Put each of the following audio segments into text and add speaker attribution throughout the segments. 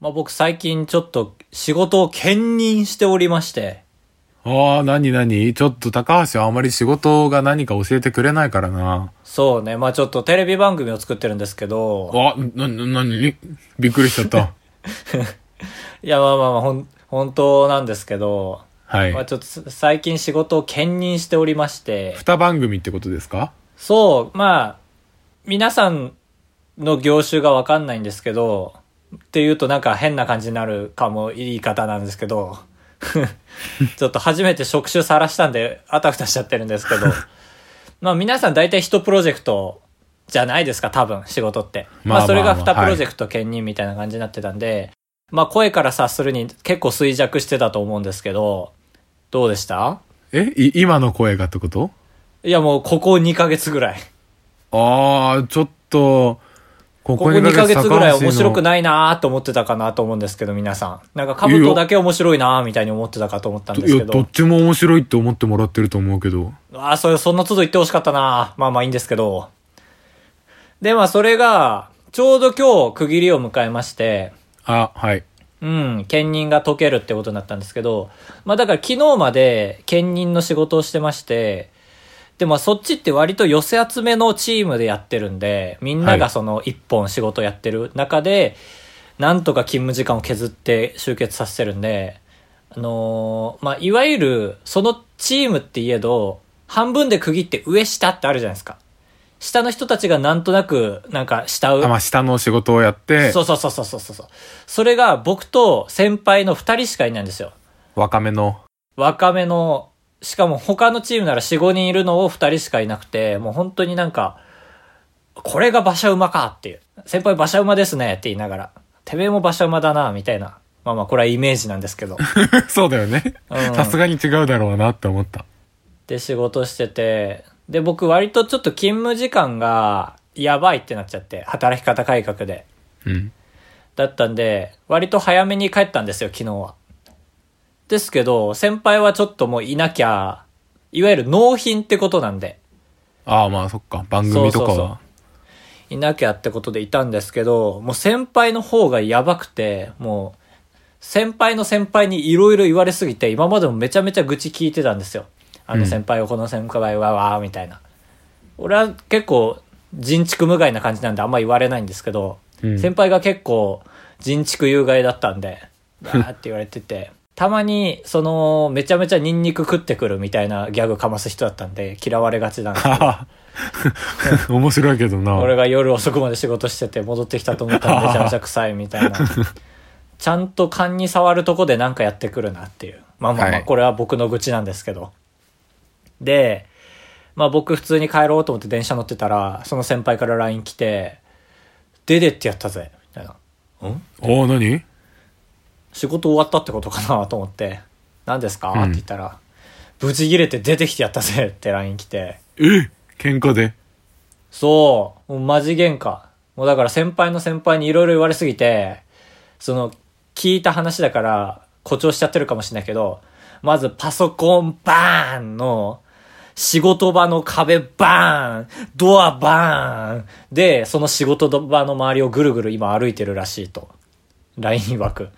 Speaker 1: まあ、僕最近ちょっと仕事を兼任しておりまして、
Speaker 2: ああ、なになにちょっと高橋はあまり仕事が何か教えてくれないからな。
Speaker 1: そうね、まあちょっとテレビ番組を作ってるんですけど、
Speaker 2: あ、な、な、なにびっくりしちゃ った。
Speaker 1: いやまあまあまあ、ほん、本当なんですけど、
Speaker 2: は
Speaker 1: まあ
Speaker 2: い。
Speaker 1: ちょっとす最近仕事を兼任しておりまして、
Speaker 2: 二番組ってことですか
Speaker 1: そう、まあ、皆さんの業種がわかんないんですけど、っていうとなんか変な感じになるかも言い方なんですけど、 ちょっと初めて職種さらしたんで、あたふたしちゃってるんですけ ど、まあ皆さん大体一プロジェクトじゃないですか、多分、仕事って。ま
Speaker 2: まあ
Speaker 1: あそれが
Speaker 2: まあまあ
Speaker 1: 二プロジェクト兼任みたいな感じになってたんで、まあ声から察するに結構衰弱してたと思うんですけど、どうでした
Speaker 2: えい今の声がってこと
Speaker 1: いやもうここ2ヶ月ぐらい。
Speaker 2: ああ、ちょっと、こ
Speaker 1: ここ
Speaker 2: こに
Speaker 1: 2ヶ月ぐらい面白く
Speaker 2: い
Speaker 1: ないなーと思ってたかなと思うんですけど、皆さん。なんか、カブトだけ面白いなーみたいに思ってたかと思ったんです
Speaker 2: い
Speaker 1: け
Speaker 2: や、ど
Speaker 1: ど
Speaker 2: っ。ちも面白いって思ってもらってると思うけど。
Speaker 1: ああ、それ、そんな都度言ってほしかったなーまあまあいいんですけど。で、まあそれが、ちょうど今日区切りを迎えまして、
Speaker 2: あ、はい。
Speaker 1: うん、兼任が解けるってことになったんですけど、まあだから昨日まで兼任の仕事をしてまして、でもそっちって割と寄せ集めのチームでやってるんで、みんな
Speaker 2: は
Speaker 1: が
Speaker 2: い
Speaker 1: その一本仕事やってる中で、なんとか勤務時間を削って集結させてるんで、あのーまあいわゆるそのチームって言えど、半分で区切って上下ってあるじゃないですか。下の人たちがなんとなく、なんか下を
Speaker 2: あ、まあ、下の仕事をやって
Speaker 1: そ、うそうそうそうそうそう。それが僕と先輩の二人しかいないんですよ。
Speaker 2: 若めの。
Speaker 1: 若めの、しかも他のチームなら4、5人いるのを二人しかいなくて、もう本当になんか、これが馬車馬かっていう。先輩馬車馬ですねって言いながら。てめえも馬車馬だな、みたいな。まあまあ、これはイメージなんですけど。
Speaker 2: そうだよね。
Speaker 1: うん
Speaker 2: さすがに違うだろうなって思った。
Speaker 1: で、仕事してて。で、僕割とちょっと勤務時間がやばいってなっちゃって。働き方改革で。
Speaker 2: うん。
Speaker 1: だったんで、割と早めに帰ったんですよ、昨日は。ですけど、先輩はちょっともういなきゃ、いわゆる納品ってことなんで、
Speaker 2: ああ、まあ、そっか。番組とか
Speaker 1: そう
Speaker 2: は。
Speaker 1: そうそういなきゃってことでいたんですけど、もう先輩の方がやばくて、もう、先輩の先輩にいろいろ言われすぎて、今までもめちゃめちゃ愚痴聞いてたんですよ。あの先輩をこの先輩はわーみたいな。俺は結構人畜無害な感じなんであんま言われないんですけど、
Speaker 2: うん
Speaker 1: 先輩が結構人畜有害だったんで、わーって言われてて、たまにそのめちゃめちゃニンニク食ってくるみたいなギャグかます人だったんで嫌われがちなんですけど
Speaker 2: ああ 面白いけどな。
Speaker 1: 俺が夜遅くまで仕事してて戻ってきたと思った らめちゃめちゃ臭いみたいな。ちゃんと勘に触るとこでなんかやってくるなっていう。まあまあま
Speaker 2: は
Speaker 1: あ、
Speaker 2: い
Speaker 1: これは僕の愚痴なんですけど。で、まあ僕普通に帰ろうと思って電車乗ってたら、その先輩から LINE 来て、出てってやったぜ、みたいな。
Speaker 2: おお何
Speaker 1: 仕事終わったってことかなと思って、何ですか、って言ったら、ブチ切れて出てきてやったぜって LINE 来て、
Speaker 2: え喧嘩で
Speaker 1: そう。もうマジ喧嘩。もうだから先輩の先輩にいろいろ言われすぎて、その、聞いた話だから誇張しちゃってるかもしれないけど、まずパソコンバーンの、仕事場の壁バーンドアバーンで、その仕事場の周りをぐるぐる今歩いてるらしいと。ライン枠。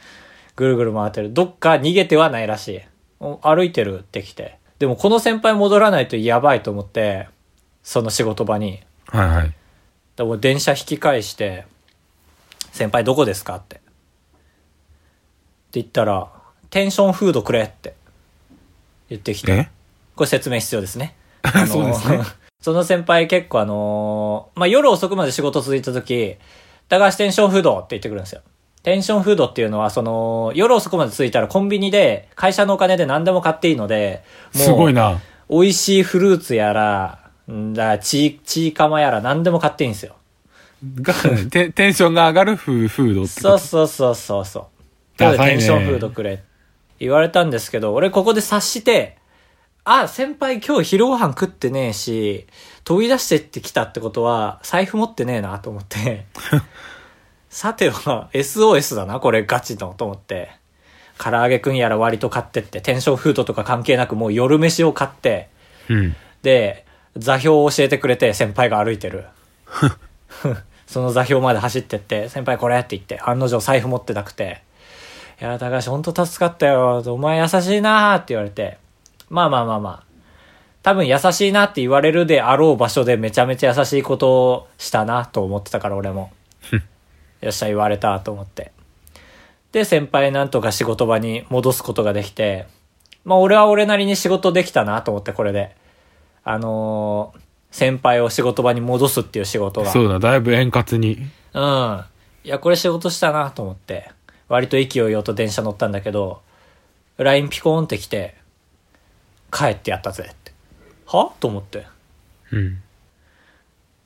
Speaker 1: ぐるぐる回ってる。どっか逃げてはないらしい。お歩いてるってきて。でもこの先輩戻らないとやばいと思って、その仕事場に。
Speaker 2: はいはい。
Speaker 1: でもう電車引き返して、先輩どこですかって。って言ったら、テンションフードくれって言ってきて。
Speaker 2: え
Speaker 1: これ説明必要です ね。あの
Speaker 2: そうですね
Speaker 1: その先輩結構あのーまあ、夜遅くまで仕事続いた時、高橋テンションフードって言ってくるんですよ。テンションフードっていうのは、その、夜遅くまで続いたらコンビニで、会社のお金で何でも買っていいので、もう
Speaker 2: すごいな。
Speaker 1: 美味しいフルーツやら、んだ、ち、ちいかまやら何でも買っていいんですよ。
Speaker 2: がテテンションが上がるフーフードって
Speaker 1: そう
Speaker 2: こと
Speaker 1: そうそうそうそう。
Speaker 2: ダ
Speaker 1: テ
Speaker 2: サいね
Speaker 1: ンションフードくれ。言われたんですけど、俺ここで察して、あ、先輩今日昼ご飯食ってねえし、飛び出してってきたってことは、財布持ってねえなと思 って。さては、SOS だな、これガチの、と思って。唐揚げくんやら割と買ってって、テンションフードとか関係なくもう夜飯を買って、
Speaker 2: うん。
Speaker 1: で、座標を教えてくれて、先輩が歩いてる。その座標まで走ってって、先輩これって言って、案の定財布持ってなくて、いや、高橋ほんと助かったよ。お前優しいなーって言われて、まあまあまあまあ。多分優しいなって言われるであろう場所でめちゃめちゃ優しいことをしたなと思ってたから俺も。よっしゃ言われたと思って。で、先輩なんとか仕事場に戻すことができて、まあ俺は俺なりに仕事できたなと思ってこれで。あのー先輩を仕事場に戻すっていう仕事が。
Speaker 2: そうだ、だいぶ円滑に。
Speaker 1: うん。いや、これ仕事したなと思って、割と勢いよと電車乗ったんだけど、LINE ピコーンって来て、帰ってやったぜって。はと思って。
Speaker 2: うん。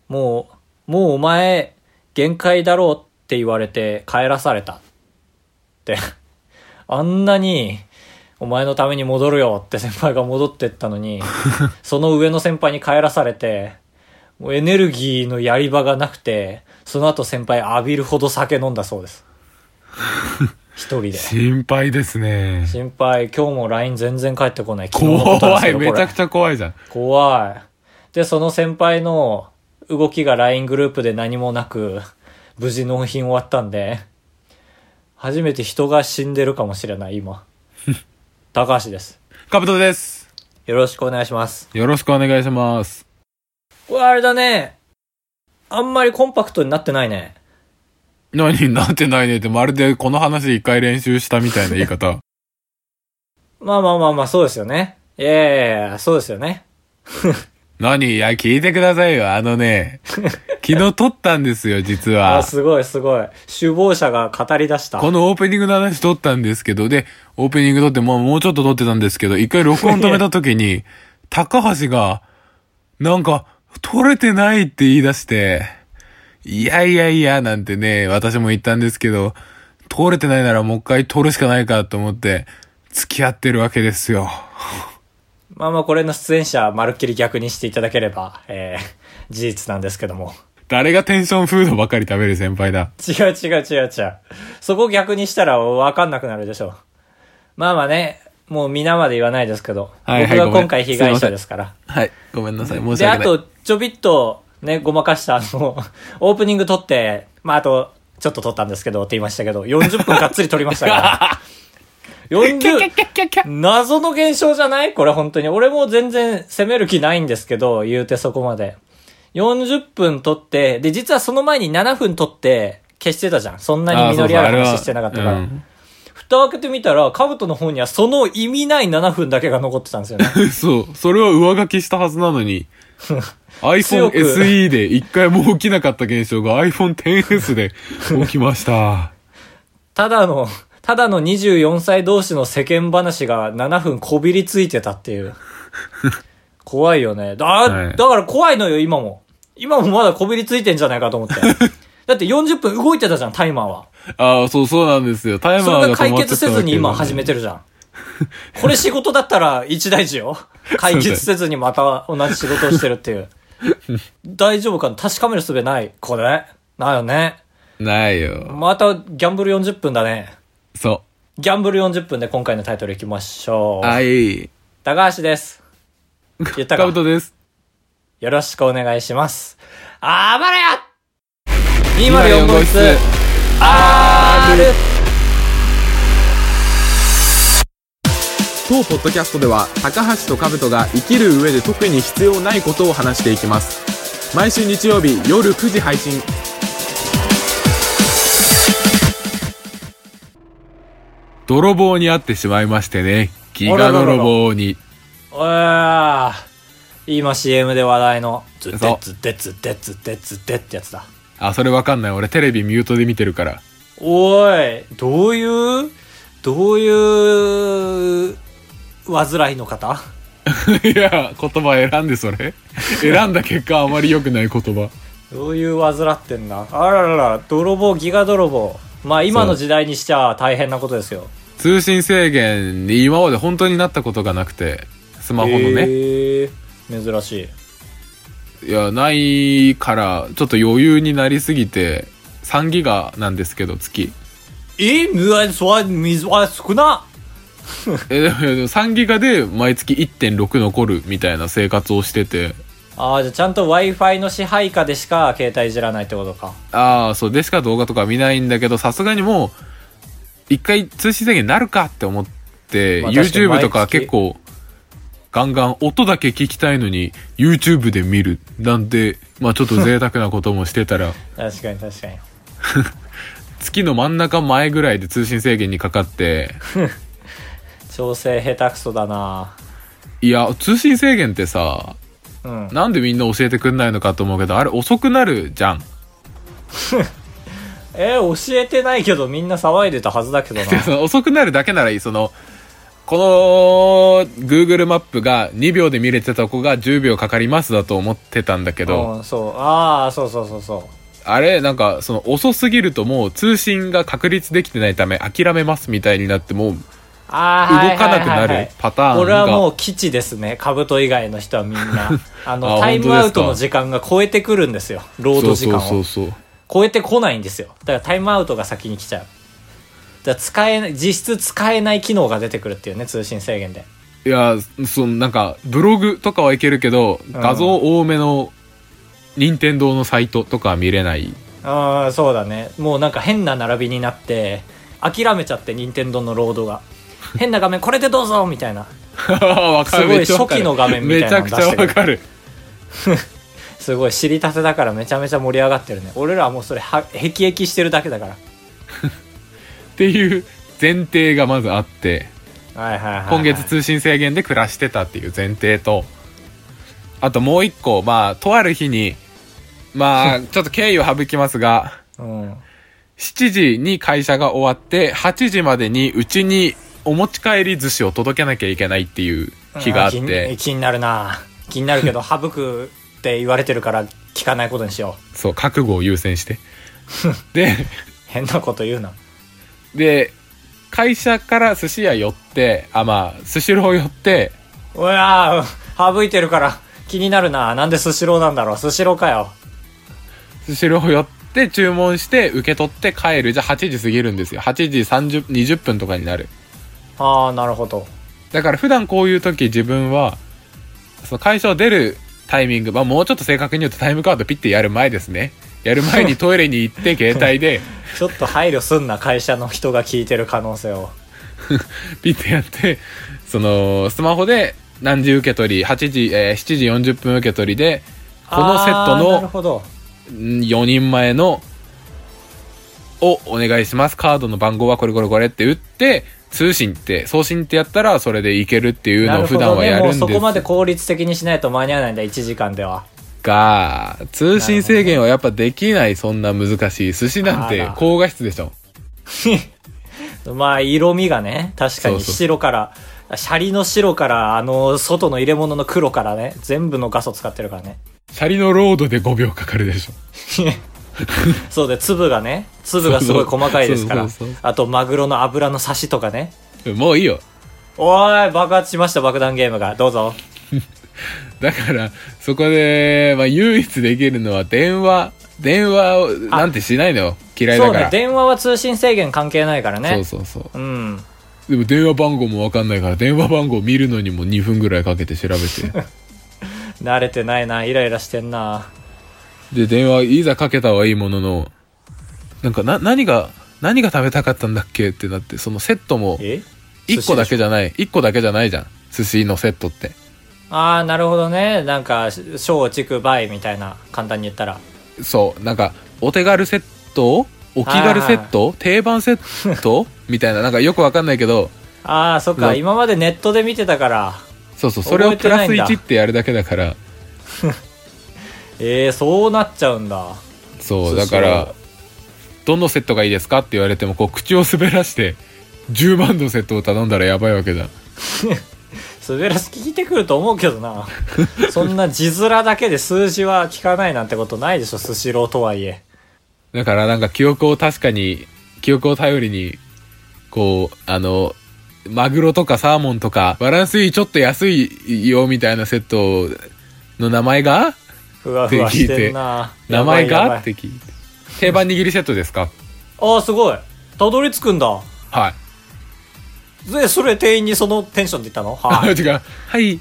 Speaker 1: もう、もうお前、限界だろうって言われて帰らされた。って。 あんなに、お前のために戻るよって先輩が戻ってったの に、その上の先輩に帰らされて、もうエネルギーのやり場がなくて、その後先輩浴びるほど酒飲んだそう です。一人で。
Speaker 2: 心配ですね。
Speaker 1: 心配、今日も LINE 全然返ってこない。昨日のことなんです
Speaker 2: 怖
Speaker 1: け
Speaker 2: い、
Speaker 1: ど
Speaker 2: め
Speaker 1: こ
Speaker 2: ち
Speaker 1: れ
Speaker 2: ゃくちゃ怖いじゃん。
Speaker 1: 怖い。で、その先輩の動きが LINE グループで何もなく、無事納品終わったんで、初めて人が死んでるかもしれない、 今。高橋です。
Speaker 2: カブトです。
Speaker 1: よろしくお願いします。
Speaker 2: よろしくお願いします。
Speaker 1: うわ、あれだね。あんまりコンパクトになってないね。
Speaker 2: 何なってないねって、まるでこの話一回練習したみたいな言い 方。
Speaker 1: まあまあまあまあ、そうですよね。いやいやいや、そうですよね。
Speaker 2: 何いや、聞いてくださいよ。あのね、昨日撮ったんですよ、実
Speaker 1: あ
Speaker 2: は。
Speaker 1: すごいすごい。首謀者が語り出した。
Speaker 2: このオープニングの話撮ったんですけど、で、オープニング撮ってもうもうちょっと撮ってたんですけど、一回録音止めた時に、高橋が、なんか、撮れてないって言い出して、いやいやいや、なんてね、私も言ったんですけど、撮れてないならもう一回撮るしかないかと思って、付き合ってるわけですよ。
Speaker 1: まあまあ、これの出演者、まるっきり逆にしていただければ、えー、事実なんですけども。
Speaker 2: 誰がテンションフードばかり食べる先輩だ。
Speaker 1: 違う違う違う違う。そこ逆にしたら分かんなくなるでしょ。まあまあね、もう皆まで言わないですけど、
Speaker 2: はいは
Speaker 1: 僕
Speaker 2: い
Speaker 1: が
Speaker 2: ごめん
Speaker 1: 今回被害者ですから。
Speaker 2: はい。ごめんなさい。申し
Speaker 1: で、あ
Speaker 2: 訳ない。
Speaker 1: と、ちょびっとね、ごまかした、あの、 オープニング撮って、まああと、ちょっと撮ったんですけどって言いましたけど、40分がっつり撮りました から。40、謎の現象じゃないこれ本当に。俺も全然責める気ないんですけど、言うてそこまで。40分撮って、で、実はその前に7分撮って、消してたじゃん。そんなに実りある話してなかったから。
Speaker 2: うん
Speaker 1: 蓋を開けてみたら、カブトの方にはその意味ない7分だけが残ってたんですよね。
Speaker 2: そう。それは上書きしたはずなのに、iPhone
Speaker 1: 強く
Speaker 2: SE で一回も起きなかった現象が iPhone XS で起きま した。
Speaker 1: ただの、 ただの24歳同士の世間話が7分こびりついてたって いう。怖いよね。だ、
Speaker 2: はい
Speaker 1: だから怖いのよ、今も。今もまだこびりついてんじゃないかと 思って。だって40分動いてたじゃん、タイマーは。
Speaker 2: ああ、そうそうなんですよ。タイ
Speaker 1: そ
Speaker 2: マー
Speaker 1: れが
Speaker 2: が止
Speaker 1: 解
Speaker 2: まっちゃ
Speaker 1: 決
Speaker 2: った
Speaker 1: せ
Speaker 2: わけ
Speaker 1: ずに今始めてるじゃん。これ仕事だったら一大事 よ。解決せずにまた同じ仕事をしてるっていう。大丈夫かな確かめる術ない。これないよね。
Speaker 2: ないよ。
Speaker 1: またギャンブル40分だね。
Speaker 2: そ
Speaker 1: ギャンブル40分で今回のタイトルいきましょ
Speaker 2: う。
Speaker 1: う。
Speaker 2: はい。
Speaker 1: 高橋です。言った
Speaker 2: カ
Speaker 1: か
Speaker 2: ブトです。
Speaker 1: よろしくお願いします。あばらや !204 号室 R!
Speaker 3: 当ポッドキャストでは高橋と兜が生きる上で特に必要ないことを話していきます毎週日曜日夜9時配信
Speaker 2: 泥棒に会ってしまいましてね。ギ
Speaker 1: あらら
Speaker 2: ガ
Speaker 1: らら
Speaker 2: 泥棒に。
Speaker 1: おー今 CM で話題の、ズッ
Speaker 2: そう
Speaker 1: デズッデズッデズッデズッデってやつだ。
Speaker 2: あ、それわかんない。俺テレビミュートで見てるから。
Speaker 1: おい、どういう、どういう、煩いの方
Speaker 2: いや、言葉選んでそれ。選んだ結果あまり良くない言葉。
Speaker 1: どういう煩ってんだあららら、泥棒、ギガ泥棒。まあ今の時代にしちゃ大変なことですよ。
Speaker 2: 通信制限に今まで本当になったことがなくてスマホのね、
Speaker 1: へー珍しい
Speaker 2: いやないからちょっと余裕になりすぎて3ギガなんですけど月
Speaker 1: えうわそわ水は少な
Speaker 2: えでも3ギガで毎月1.6残るみたいな生活をしてて
Speaker 1: あああ、じゃあちゃんと Wi-Fi の支配下でしか携帯いじらないってことか。
Speaker 2: ああ、そう、でしか動画とか見ないんだけど、さすがにもう、一回通信制限になるかって思って、
Speaker 1: まあ確かに
Speaker 2: YouTube とか
Speaker 1: 毎月
Speaker 2: 結構、ガンガン音だけ聞きたいのに、YouTube で見る。なんて、まあちょっと贅沢なこともしてたら、
Speaker 1: 確かに確かに。
Speaker 2: 月の真ん中前ぐらいで通信制限にかか って、
Speaker 1: 調整下手くそだない
Speaker 2: や、通信制限ってさ、
Speaker 1: うん。
Speaker 2: なんでみんな教えてくんないのかと思うけど、あれ遅くなるじゃん。
Speaker 1: えー教えてないけどみんな騒いでたはずだ けどな。
Speaker 2: でその遅くなるだけならいい。その、この Google マップが2秒で見れてた子が10秒かかりますだと思ってたんだけど、
Speaker 1: うん、そう。ああ、そうそうそうそ
Speaker 2: あれなんかその遅すぎるともう通信が確立できてないため諦めますみたいになってもう動
Speaker 1: う。ああ、はい
Speaker 2: かなく
Speaker 1: はいは
Speaker 2: ない
Speaker 1: はい
Speaker 2: るパターンが。
Speaker 1: 俺はもう基地ですね。兜以外の人はみんな。 あの、
Speaker 2: あ
Speaker 1: タイムアウト
Speaker 2: 本当
Speaker 1: の
Speaker 2: です
Speaker 1: 時間が超えてくるんですよ。ロー
Speaker 2: そ
Speaker 1: ド
Speaker 2: う
Speaker 1: 時間
Speaker 2: そ
Speaker 1: を。
Speaker 2: うそうそう。
Speaker 1: 超えてこないんですよ。だからタイムアウトが先に来ちゃう。だから使えない、実質使えない機能が出てくるっていうね、通信制限で。
Speaker 2: いや、そのなんかブログとかはいけるけど、画像多めの任天堂のサイトとかは見れ ない。
Speaker 1: ああ、そうだね。もうなんか変な並びになって、諦めちゃって、任天堂のロードが。変な画面、これでどうぞみたいな。
Speaker 2: わかる
Speaker 1: すごい
Speaker 2: めっちゃわか
Speaker 1: 初
Speaker 2: る
Speaker 1: 期の画面みたいなの出
Speaker 2: めちゃくち
Speaker 1: してく
Speaker 2: ゃ
Speaker 1: る
Speaker 2: わかる。
Speaker 1: すごい知りたてだからめちゃめちゃ盛り上がってるね俺らはもうそれはへきへきしてるだけだから
Speaker 2: っていう前提がまずあって
Speaker 1: はいはいはい、はい、
Speaker 2: 今月通信制限で暮らしてたっていう前提とあともう一個まあとある日に まあちょっと経緯を省きますが
Speaker 1: うん
Speaker 2: 7時に会社が終わって8時までにうちにお持ち帰り寿司を届けなきゃいけないっていう日があっ
Speaker 1: うん
Speaker 2: て
Speaker 1: 気気になるな気になるけど 省くって言われてるから聞かないことにしよう
Speaker 2: そう覚悟を優先して で
Speaker 1: 変なこと言うな
Speaker 2: で会社から寿司屋寄ってあまあスシロー寄って
Speaker 1: うわー省いてるから気になるななんでスシローなんだろうスシローかよ
Speaker 2: スシロー寄って注文して受け取って帰るじゃあ8時過ぎるんですよ8時30 20分とかになる
Speaker 1: ああなるほど
Speaker 2: だから普段こういう時自分はその会社を出るタイミング、まあ、もうちょっと正確に言うとタイムカードピッてやる前ですねやる前にトイレに行って携帯で
Speaker 1: ちょっと配慮すんな会社の人が聞いてる可能性を
Speaker 2: ピッてやってそのスマホで何時受け取り8時、えー7時40分受け取りでこのセット
Speaker 1: あーなる
Speaker 2: の
Speaker 1: ほど
Speaker 2: 4人前のをお願いしますカードの番号はこれこれこれって打って通信って送信ってやったらそれでいけるっていう
Speaker 1: な
Speaker 2: のを
Speaker 1: る
Speaker 2: 普
Speaker 1: ほ
Speaker 2: 段
Speaker 1: ど
Speaker 2: はや
Speaker 1: ね
Speaker 2: るん
Speaker 1: も
Speaker 2: で
Speaker 1: う
Speaker 2: す
Speaker 1: そこまで効率的にしないと間に合わないんだ1時間では
Speaker 2: が通信制限はやっぱできないそんな難しい寿司なん
Speaker 1: あ
Speaker 2: て
Speaker 1: ら
Speaker 2: 高画質でしょ
Speaker 1: まあ色味がね確か
Speaker 2: そう
Speaker 1: に
Speaker 2: そう
Speaker 1: 白からシャリの白からあの外の入れ物の黒からね全部の画素使ってるからね
Speaker 2: シャリのロードで5秒かかるでしょ
Speaker 1: そうで粒がね粒がすごい細かいですから
Speaker 2: そうそうそうそう
Speaker 1: あとマグロの油の刺しとかね
Speaker 2: もういいよ
Speaker 1: おーい爆発しました爆弾ゲームがどうぞ
Speaker 2: だからそこで、まあ、唯一できるのは電話電話をなんてしないのよ嫌い
Speaker 1: そ
Speaker 2: だ
Speaker 1: う
Speaker 2: か
Speaker 1: ね
Speaker 2: ら
Speaker 1: 電話は通信制限関係ないからね
Speaker 2: そうそうそ
Speaker 1: う
Speaker 2: う
Speaker 1: ん
Speaker 2: でも電話番号もわかんないから電話番号見るのにも2分ぐらいかけて調べ て
Speaker 1: 慣れてないなイライラしてんな
Speaker 2: で電話いざかけたはいいもののなんかな何が何が食べたかったんだっけってなってそのセットも
Speaker 1: え
Speaker 2: 1個だけじゃない1個だけじゃないじゃん寿司のセットって
Speaker 1: ああなるほどねなんか小畜梅みたいな簡単に言ったら
Speaker 2: そうなんかお手軽セットお気軽セット定番セ ットみたいななんかよくわかんないけど
Speaker 1: ああそっ
Speaker 2: う
Speaker 1: か
Speaker 2: ん
Speaker 1: 今までネットで見てたから
Speaker 2: そうそうそれをプラス
Speaker 1: 覚えてないんだ
Speaker 2: 1ってやるだけだから
Speaker 1: えー、そうなっちゃうんだ
Speaker 2: そう
Speaker 1: そう
Speaker 2: だからどのセットがいいですかって言われてもこう口を滑らして10万のセットを頼んだらやばいわけだ
Speaker 1: 滑らす聞いてくると思うけど なそんな字面だけで数字は聞かないなんてことないでしょスシローとはいえ
Speaker 2: だからなんか記憶を確かに記憶を頼りにこうあのマグロとかサーモンとかバランスいいちょっと安いよみたいなセットの名前が
Speaker 1: ふわふわしてんな
Speaker 2: 名前
Speaker 1: やば
Speaker 2: が
Speaker 1: いやばい
Speaker 2: って聞いて定番握りセットですか
Speaker 1: ああすごいたどり着くんだ
Speaker 2: はい
Speaker 1: で それ店員にそのテンションで言ったの
Speaker 2: あ
Speaker 1: はい
Speaker 2: 違うはい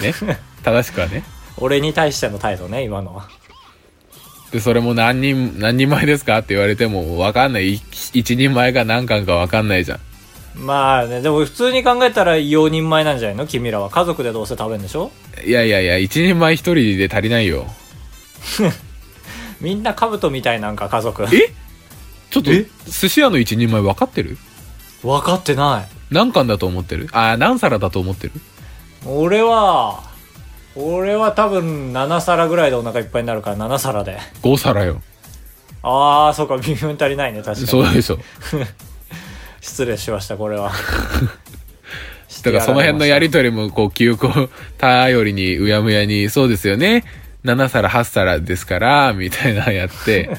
Speaker 2: ね正しくはね
Speaker 1: 俺に対しての態度ね、今のは。
Speaker 2: で、それも何人、何人前ですかって言われても、わかんない。い一人前か何巻かわかんないじゃん。
Speaker 1: まあね、でも普通に考えたら4人前なんじゃないの君らは。家族でどうせ食べるんでしょ
Speaker 2: いやいやいや、一人前一人で足りないよ。
Speaker 1: みんな兜みたいなんか家族。
Speaker 2: えちょっと
Speaker 1: え、
Speaker 2: 寿司屋の一人前分かってる
Speaker 1: 分かってない。
Speaker 2: 何巻だと思ってるあー、何皿だと思ってる
Speaker 1: 俺は、俺は多分7皿ぐらいでお腹いっぱいになるから7皿で。
Speaker 2: ?5 皿よ。
Speaker 1: あー、そうか、微妙に足りないね、確か
Speaker 2: そ
Speaker 1: に。
Speaker 2: うでしょ。
Speaker 1: 失礼しました、これは。
Speaker 2: だからその辺のや
Speaker 1: り
Speaker 2: りとりも、こう、記憶を頼りに、うやむやに、そうですよね。7皿、8皿ですから、みたいなのやって。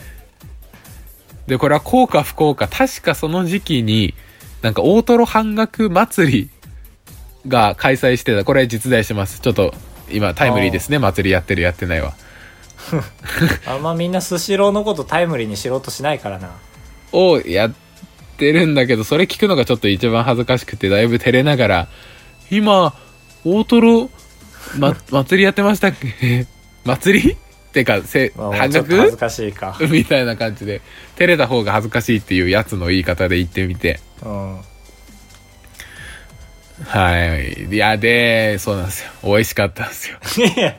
Speaker 2: で、これはこうか不幸か、確かその時期に、なんか大トロ半額祭りが開催してた。これ実在してます。ちょっと、今タイムリーですね。祭りやってるやってないは。
Speaker 1: あんまみんなスシローのことタイムリーにしろうとしないからな。
Speaker 2: をやってるんだけど、それ聞くのがちょっと一番恥ずかしくて、だいぶ照れながら、今、大トロ、ま、祭りやってましたっけ 祭りってか、せ、
Speaker 1: まあ
Speaker 2: 半
Speaker 1: ちょっと恥ず
Speaker 2: 額
Speaker 1: かしいか。
Speaker 2: みたいな感じで、照れた方が恥ずかしいっていうやつの言い方で言ってみて。
Speaker 1: うん。
Speaker 2: はい。いや、で、そうなんですよ。美味しかったんですよ。
Speaker 1: いや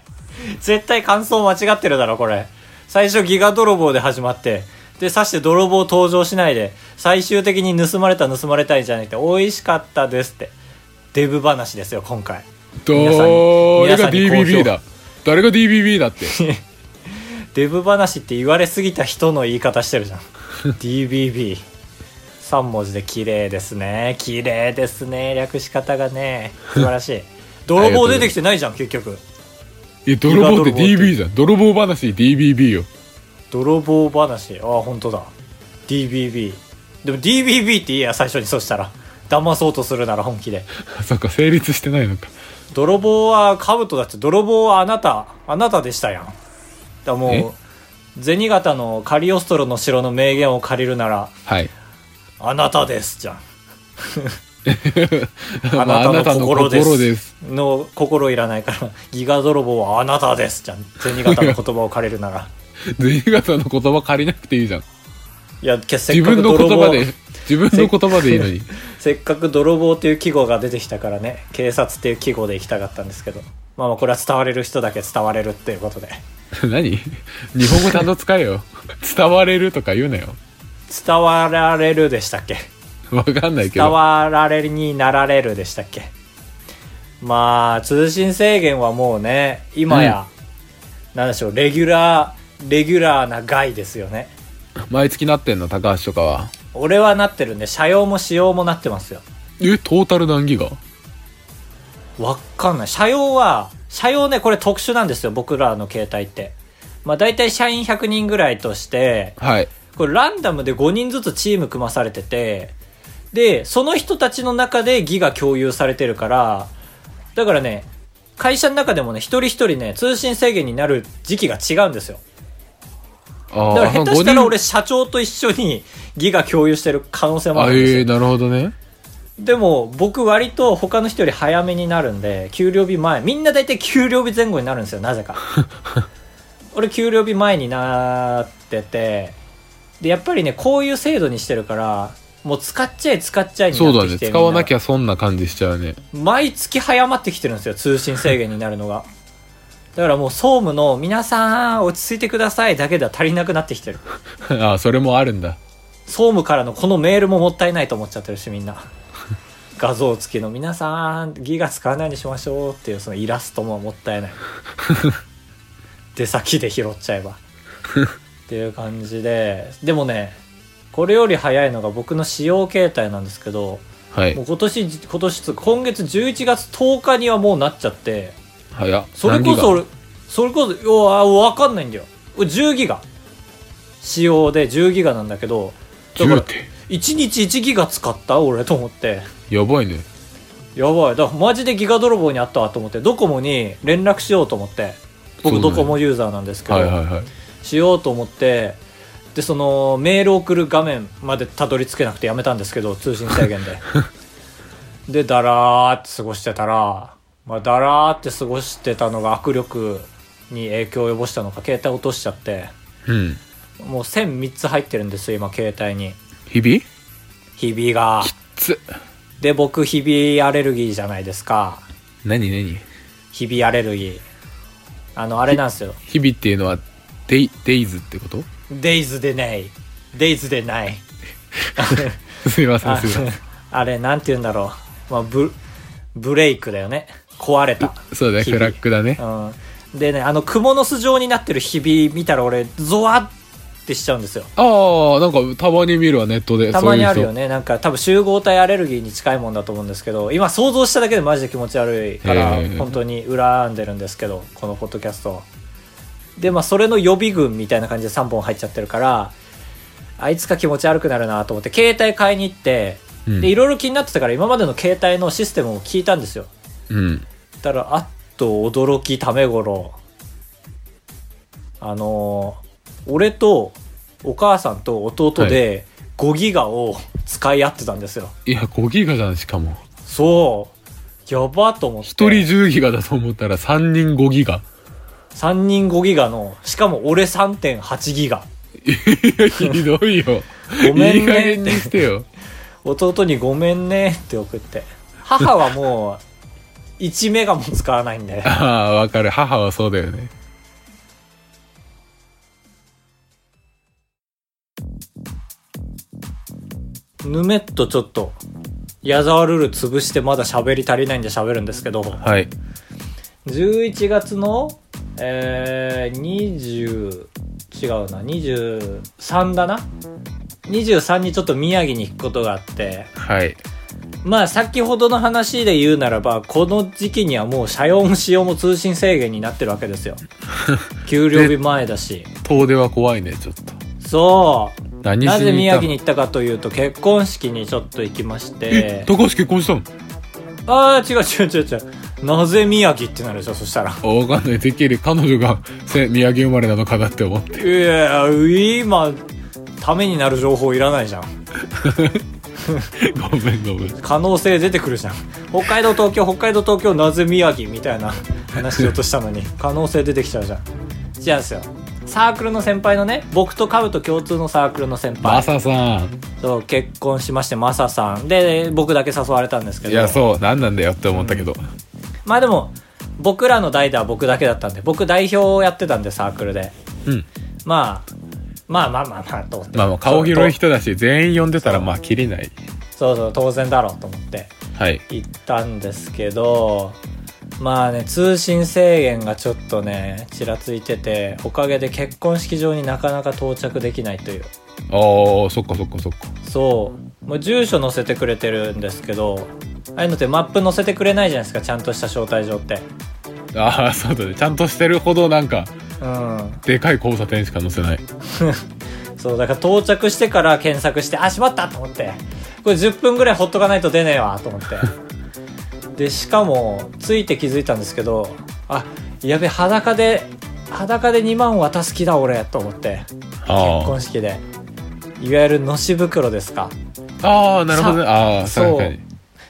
Speaker 1: 絶対感想間違ってるだろ、これ。最初ギガ泥棒で始まって、で、さして泥棒登場しないで、最終的に盗まれた盗まれたいじゃなくて、美味しかったですって。デブ話ですよ、今回。皆さんに
Speaker 2: 誰が
Speaker 1: 皆さんに好評
Speaker 2: DBB だ誰が DBB だ って。
Speaker 1: デブ話って言われすぎた人の言い方してるじゃん。DBB。3文字で綺麗ですね。綺麗ですね。略し方がね。素晴らしい。泥棒出てきてないじゃん、結局。
Speaker 2: いや、泥棒っ
Speaker 1: ギ
Speaker 2: て
Speaker 1: ガ泥棒って
Speaker 2: DB じゃん。泥棒話 DBB よ。
Speaker 1: 泥棒話ああ本当だ DBB でも DBB って言えや最初にそしたら騙そうとするなら本気で
Speaker 2: そっか、成立してないのか。
Speaker 1: 泥棒は兜だって泥棒はあなたあなたでしたやんだからもう銭形のカリオストロの城の名言を借りるなら
Speaker 2: はい。
Speaker 1: あなたですじゃん
Speaker 2: まああなたの心です。
Speaker 1: の心いらないからギガ泥棒はあなたですじゃん銭形の言葉を借りるなら
Speaker 2: 銭形の言葉借りなくていいじゃん。
Speaker 1: いやけせ
Speaker 2: 自
Speaker 1: っか
Speaker 2: 分
Speaker 1: く
Speaker 2: の
Speaker 1: 泥
Speaker 2: 言葉
Speaker 1: 棒
Speaker 2: で、自分の言葉でいいのに。
Speaker 1: せっかく泥棒っていう記号が出てきたからね、警察っていう記号で行きたかったんですけど、まあまあこれは伝われる人だけ伝われるっていうことで。
Speaker 2: 何日本語ちゃんと使えよ。伝われるとか言うなよ。
Speaker 1: 伝わられるでしたっけ
Speaker 2: わかんないけ
Speaker 1: 伝
Speaker 2: ど。
Speaker 1: わられになられるでしたっけまあ、通信制限はもうね、今や、なんでしょう、レギュラー、レギュラーな害ですよね。
Speaker 2: 毎月なってんの、高橋とかは。
Speaker 1: 俺はなってるんで、社用も使用もなってますよ。
Speaker 2: え、トータル何ギガ
Speaker 1: わかんない。社用は、社用ね、これ特殊なんですよ、僕らの携帯って。まあ大体社員100人ぐらいとして、
Speaker 2: はい。
Speaker 1: これランダムで5人ずつチーム組まされてて、で、その人たちの中でギが共有されてるから、だからね、会社の中でもね、一人一人ね、通信制限になる時期が違うんですよ。だ
Speaker 2: ああ
Speaker 1: から下手したら
Speaker 2: 五人
Speaker 1: 俺社長と一緒にギが共有してる可能性もあ
Speaker 2: あ、
Speaker 1: るんですよ
Speaker 2: ええ。なるほどね。
Speaker 1: でも僕割と他の人より早めになるんで給料日前みんな大体給料日前後になるんですよな ぜか俺給料日前になっててでやっぱりねこういう制度にしてるからもう使っちゃえ使っちゃえにな
Speaker 2: そう
Speaker 1: っ
Speaker 2: だ
Speaker 1: て
Speaker 2: ね。
Speaker 1: きて
Speaker 2: 使わなき
Speaker 1: ゃ
Speaker 2: ゃ損な感じしちゃうね。
Speaker 1: 毎月早まってきてるんですよ通信制限になるのがだからもう総務の皆さん落ち着いてくださいだけでは足りなくなってきてる
Speaker 2: ああ、それもあるんだ。
Speaker 1: 総務からのこのメールももったいないと思っちゃってるしみんな 画像付きの皆さんギガ使わないようにしましょうっていうそのイラストももった いない出先で拾っちゃえばっていう感じででもねこれより早いのが僕の使用形態なんですけど
Speaker 2: はい
Speaker 1: もう。今年今年つ今月11月10日にはもうなっちゃって
Speaker 2: 早っ
Speaker 1: それこそ
Speaker 2: 何ギ
Speaker 1: 俺それこそうわ分かんないんだよ俺10ギガ仕様で10ギガなんだけどだか
Speaker 2: ガ
Speaker 1: ら
Speaker 2: 10って。
Speaker 1: 1日1ギガ使った俺と思って
Speaker 2: やばいね。
Speaker 1: やばいだからマジでギガ泥棒にあったわと思ってドコモに連絡しようと思って
Speaker 2: そ
Speaker 1: 僕
Speaker 2: うだ
Speaker 1: ド
Speaker 2: ね
Speaker 1: コモユーザーなんですけど、
Speaker 2: はいはいはい。
Speaker 1: しようと思ってでそのメール送る画面までたどり着けなくてやめたんですけど通信制限で でだらーって過ごしてたら、まあ、だらーって過ごしてたのが握力に影響を及ぼしたのか携帯落としちゃって
Speaker 2: うん。
Speaker 1: もう線3つ入ってるんですよ今携帯に
Speaker 2: ひび
Speaker 1: ひびが
Speaker 2: つ。
Speaker 1: で僕ひびアレルギーじゃないですか
Speaker 2: なになに
Speaker 1: ひびアレルギーあのあれなんですよ
Speaker 2: ひびっていうのは、デイ、デイズってこと
Speaker 1: デイズでないデイズでない
Speaker 2: すいません、
Speaker 1: あ
Speaker 2: すいま
Speaker 1: あれなんて言うんだろう、まあ、ブブレイクだよね壊れた
Speaker 2: せん。そうだね、
Speaker 1: ひ
Speaker 2: フ
Speaker 1: び
Speaker 2: ラッグだね。
Speaker 1: うん、でねあの蜘蛛の巣状になってるひび見たら俺ゾワってしちゃうんですよ
Speaker 2: ああ、なんか、たまに見るわ、ネットで。
Speaker 1: たまにある
Speaker 2: そう
Speaker 1: よ
Speaker 2: いう
Speaker 1: ねなんか多分集合体アレルギーに近いもんだと思うんですけど今想像しただけでマジで気持ち悪いから
Speaker 2: へー
Speaker 1: 本当に恨んでるんですけどこのポッドキャストでまあそれの予備軍みたいな感じで3本入っちゃってるからあいつか気持ち悪くなるなと思って携帯買いに行って
Speaker 2: うん
Speaker 1: でいろいろ気になってたから今までの携帯のシステムを聞いたんですよ
Speaker 2: 人。うん。
Speaker 1: たらあっと驚きためごろあのー俺とお母さんと弟で5ギガを使い合ってたんですよ、
Speaker 2: いや、5ギガじゃん、しかも。
Speaker 1: そうやばと思って
Speaker 2: 1人10ギガだと思ったら3人5 ギガ。
Speaker 1: 3人5ギガのしかも俺3.8ギガ
Speaker 2: いや、ひどいよ。
Speaker 1: ごめんね
Speaker 2: いい加減にしてよ。
Speaker 1: 弟に「ごめんね」って送って母はもう1メガも使わないん で
Speaker 2: ああ、わかる。母はそうだよね。
Speaker 1: ぬめっとちょっと矢沢ルル潰してまだ喋り足りないんで喋るんですけど
Speaker 2: はい。
Speaker 1: 11月の、えー、20違うな23だな23にちょっと宮城に行くことがあって
Speaker 2: はい。
Speaker 1: まあ先ほどの話で言うならばこの時期にはもう社用も使用も通信制限になってるわけですよ給料日前だし
Speaker 2: 遠出は怖いね、ちょっと。
Speaker 1: そう
Speaker 2: 何しに行
Speaker 1: な
Speaker 2: った
Speaker 1: ぜ宮城に行ったかというと結婚式にちょっと行きまして、
Speaker 2: え高橋結婚したの
Speaker 1: ああ違う違う違う違うなぜ宮城ってなるでしょそしたら
Speaker 2: あわかんない。てっきり彼女がせ宮城生まれなのかなって思って。
Speaker 1: いや今ためになる情報いらないじゃん
Speaker 2: ごめんごめん。
Speaker 1: 可能性出てくるじゃん北海道東京北海道東京なぜ宮城みたいな話しようとしたの に可能性出てきちゃうじゃん違うんですよサークルの先輩のね僕とカブと共通のサークルの先
Speaker 2: マ
Speaker 1: 輩
Speaker 2: サさん。
Speaker 1: と結婚しましてマサさんで僕だけ誘われたんですけ
Speaker 2: いや、
Speaker 1: ど
Speaker 2: そう。何なんだよって思ったけど。
Speaker 1: まあでも僕らの代打は僕だけだったんで僕代表をやってたんでサークルで
Speaker 2: うん。
Speaker 1: まあまあまあまあまあと思って
Speaker 2: まあまあ、顔広い人だし、全員呼んでたら、まあ、切りない。
Speaker 1: そうそう当然だろうと思って
Speaker 2: はい。
Speaker 1: 行ったんですけどまあね通信制限がちょっとねちらついてておかげで結婚式場になかなか到着できないという
Speaker 2: ああ、そっかそっかそっか。
Speaker 1: そうもう住所載せてくれてるんですけどああいうのってマップ載せてくれないじゃないですかちゃんとした招待状って
Speaker 2: ああ、そうだね。ちゃんとしてるほど、なんか、
Speaker 1: うん
Speaker 2: でかい交差点しか載せない。
Speaker 1: そうだから到着してから検索してあしまったと思ってこれ10分ぐらいほっとかないと出ねえわと思ってでしかもついて気づいたんですけどあやべ裸で裸で2万渡す気だ俺と思って結
Speaker 2: あ
Speaker 1: 婚式でいわゆるのし袋ですか
Speaker 2: あ。ああ、なるほどね。
Speaker 1: さ
Speaker 2: ああ、
Speaker 1: そう
Speaker 2: 確かに。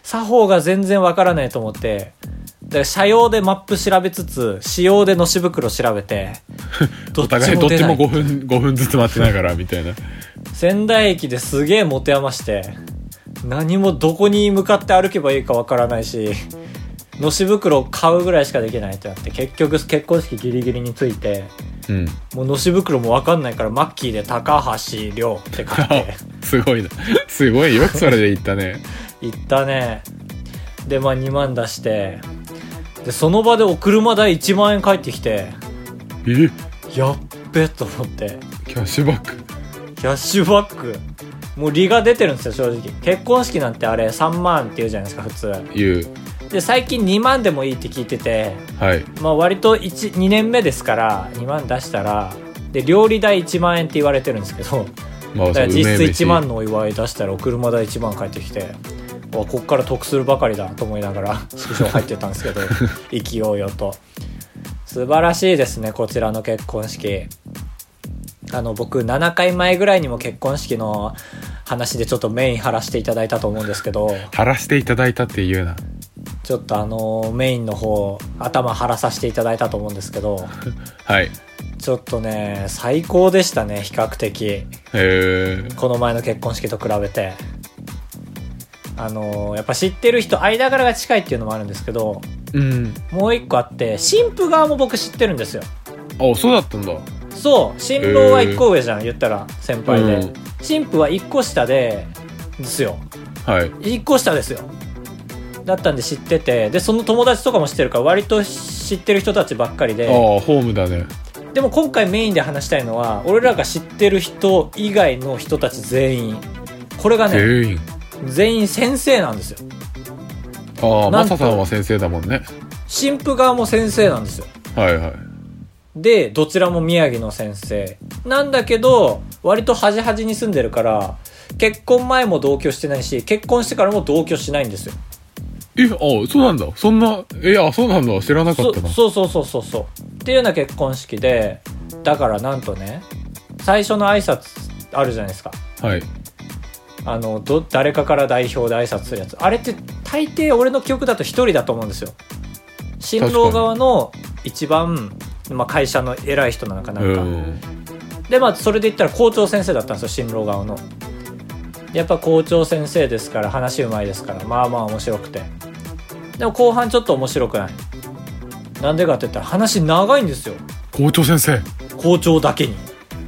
Speaker 1: 作法が全然わからないと思ってだから社用でマップ調べつつ使用でのし袋調べ てど
Speaker 2: お互いどっ
Speaker 1: 出
Speaker 2: ち
Speaker 1: な
Speaker 2: も
Speaker 1: い
Speaker 2: 5分、5分ずつ待ちながら、みたいな。
Speaker 1: 仙台駅ですげえ持て余して何もどこに向かって歩けばいいかわからないしのし袋を買うぐらいしかできないってなって結局結婚式ギリギリについて
Speaker 2: うん。
Speaker 1: もうのし袋もわかんないからマッキーで高橋亮って書い て
Speaker 2: すごいな。すごい。よくそれで言ったね。
Speaker 1: 行ったねでまあ2万出してでその場でお車代1万円返ってきて
Speaker 2: え
Speaker 1: やっべと思って
Speaker 2: キャッシュバック。
Speaker 1: キャッシュバックもう利が出てるんですよ正直結婚式なんてあれ3万って言うじゃないですか普通
Speaker 2: 言う。
Speaker 1: で最近2万でもいいって聞いてて、
Speaker 2: はい。
Speaker 1: まあ、割と2年目ですから2万出したらで料理代1万円って言われてるんですけど
Speaker 2: まあ、
Speaker 1: だから
Speaker 2: そう
Speaker 1: 実質1。
Speaker 2: うめえ飯
Speaker 1: 万のお祝い出したらお車代1万返ってきてうわこっから得するばかりだと思いなが ら少々入ってったんですけど勢いよと素晴らしいですねこちらの結婚式あの僕7回前ぐらいにも結婚式の話でちょっとメイン張らせていただいたと思うんですけど
Speaker 2: 晴らしていただいたって言うな。
Speaker 1: ちょっとあのメインの方頭張らさせていただいたと思うんですけど
Speaker 2: はい。
Speaker 1: ちょっとね最高でしたね比較的
Speaker 2: へー
Speaker 1: この前の結婚式と比べてあのやっぱ知ってる人間柄が近いっていうのもあるんですけど
Speaker 2: うん。
Speaker 1: もう一個あって新婦側も僕知ってるんですよ
Speaker 2: あ、そうだったんだ。
Speaker 1: そう新郎は1個上じゃん言ったら先輩で、
Speaker 2: うん
Speaker 1: 新婦は1個下でですよ
Speaker 2: はい。
Speaker 1: 1個下ですよだったんで知っててでその友達とかも知ってるから割と知ってる人たちばっかり
Speaker 2: ああ
Speaker 1: で、
Speaker 2: ホームだね。
Speaker 1: でも今回メインで話したいのは俺らが知ってる人以外の人たち全員これがね
Speaker 2: 全員。
Speaker 1: 全員先生なんですよ
Speaker 2: ああ、
Speaker 1: な
Speaker 2: マ
Speaker 1: んと
Speaker 2: サさんは先生だもんね。
Speaker 1: 新婦側も先生なんですよ
Speaker 2: はいはい。
Speaker 1: でどちらも宮城の先生なんだけど割と端々に住んでるから結婚前も同居してないし結婚してからも同居しないんですよ
Speaker 2: え、あそうなんだ。そんな、え、あそうなんだ。知らなか
Speaker 1: そ
Speaker 2: ったな。
Speaker 1: そうそうそうそうそうっていうような結婚式でだからなんとね最初の挨拶あるじゃないですか
Speaker 2: はい。
Speaker 1: あのど誰かから代表で挨拶するやつあれって大抵俺の記憶だと1人だと思うんですよ新郎側の一番、まあ、会社の偉い人なのかなんか、
Speaker 2: うん。
Speaker 1: でまあそれで言ったら校長先生だったんですよ新郎側のやっぱ校長先生ですから話うまいですからまあまあ面白くてでも後半ちょっと面白くないなんでかって言ったら話長いんですよ
Speaker 2: 校長先生。
Speaker 1: 校長だけに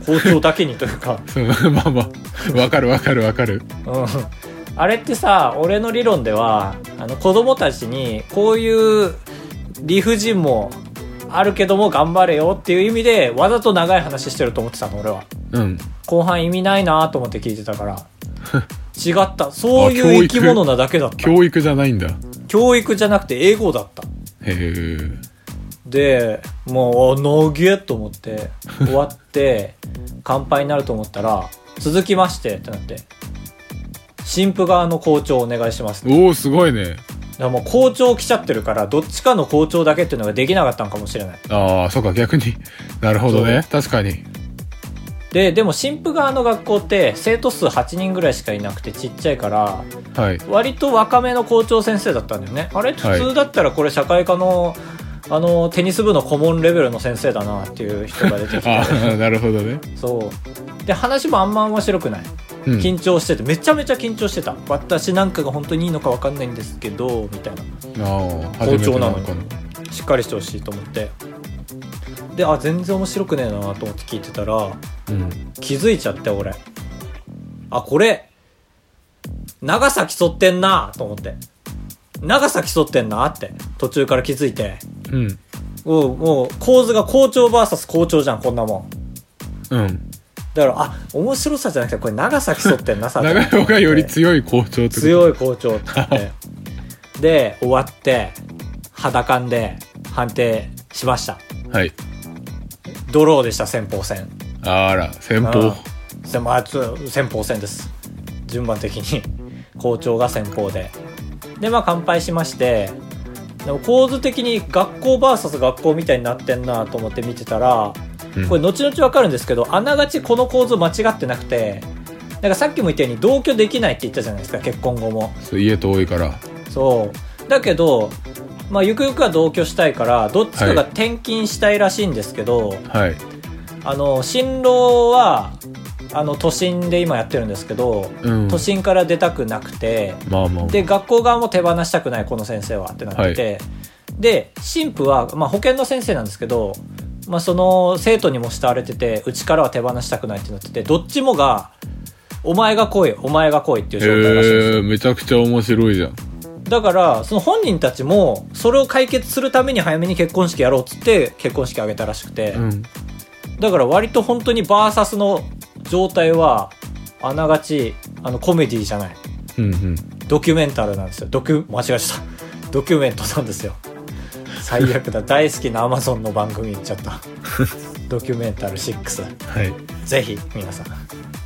Speaker 1: 校長だけにというか
Speaker 2: うんまあまあ、わかるわかるわかる。
Speaker 1: うんあれってさ俺の理論ではあの子供たちにこういう理不尽もあるけども頑張れよっていう意味でわざと長い話してると思ってたの俺は
Speaker 2: うん。
Speaker 1: 後半意味ないなと思って聞いてたから違ったそういう生き物なだけだった教育
Speaker 2: 教育じゃないんだ。
Speaker 1: じゃなくて英語だった
Speaker 2: へえ。
Speaker 1: でもうあ長えと思って終わって乾杯になると思ったら続きましてってなって新婦側の校長お願いしますだか
Speaker 2: おお、すごいね。
Speaker 1: らもう校長来ちゃってるからどっちかの校長だけっていうのができなかったのかもしれない
Speaker 2: ああ、そうか、逆に。なるほどね。確かに。
Speaker 1: ででも新婦側の学校って生徒数8人ぐらいしかいなくてちっちゃいから
Speaker 2: はい。
Speaker 1: 割と若めの校長先生だったんだよねあれ
Speaker 2: はい
Speaker 1: 普通だったらこれ社会科のあのテニス部の顧問レベルの先生だなっていう人が出てきて
Speaker 2: ああ、なるほどね。
Speaker 1: そうで話もあんま面白くない
Speaker 2: うん。
Speaker 1: 緊張しててめちゃめちゃ緊張してた私なんかが本当にいいのか分かんないんですけどみたいな
Speaker 2: ああ、
Speaker 1: 好調なの
Speaker 2: 初めてのか
Speaker 1: しっかりしてほしいと思ってであ全然面白くねえなと思って聞いてたら
Speaker 2: な。
Speaker 1: 気づいちゃって俺あこれ長さ競ってんなと思って長さ競ってんなって途中から気づいて
Speaker 2: うん。うん。
Speaker 1: もうもう構図が校長 VS 校長じゃんこんなもん
Speaker 2: うん。
Speaker 1: だからあ面白さじゃなくてこれ長さ競ってんなさ
Speaker 2: 長い方がより強い校長ってこと
Speaker 1: 強い校長って言ってで終わって裸んで判定しました
Speaker 2: はい。
Speaker 1: ドローでした先鋒戦
Speaker 2: あら、先
Speaker 1: うん
Speaker 2: 方。
Speaker 1: せまあ、つ先鋒戦です順番的に校長が先鋒ででまあ乾杯しましてでも構図的に学校 VS 学校みたいになってんなと思って見てたら
Speaker 2: うん
Speaker 1: これ後々わかるんですけどあながちこの構図間違ってなくてなんかさっきも言ったように同居できないって言ったじゃないですか結婚後も
Speaker 2: そう家遠いから。
Speaker 1: そうだけど、まあ、ゆくゆくは同居したいからどっちかが転勤したいらしいんですけど、
Speaker 2: はい。
Speaker 1: あの新郎はあの都心で今やってるんですけど、
Speaker 2: うん
Speaker 1: 都心から出たくなくて
Speaker 2: まあまあ。
Speaker 1: で学校側も手放したくないこの先生はってなってて、で新婦は、まあ、保健の先生なんですけど、まあ、その生徒にも慕われててうちからは手放したくないってなっててどっちもが「お前が来いお前が来い」っていう
Speaker 2: へ
Speaker 1: 状態らしいんですよ
Speaker 2: え、めちゃくちゃ面白いじゃん。
Speaker 1: だからその本人たちもそれを解決するために早めに結婚式やろうっつって結婚式あげたらしくて、
Speaker 2: うん。
Speaker 1: だから割と本当にバーサスの状態はあながちあのコメディじゃない
Speaker 2: うんうん。
Speaker 1: ドキュメンタルなんですよドキュ間違えちゃったドキュメントなんですよ最悪だ大好きなアマゾンの番組行っちゃったドキュメンタル6
Speaker 2: はい。
Speaker 1: ぜひ皆さん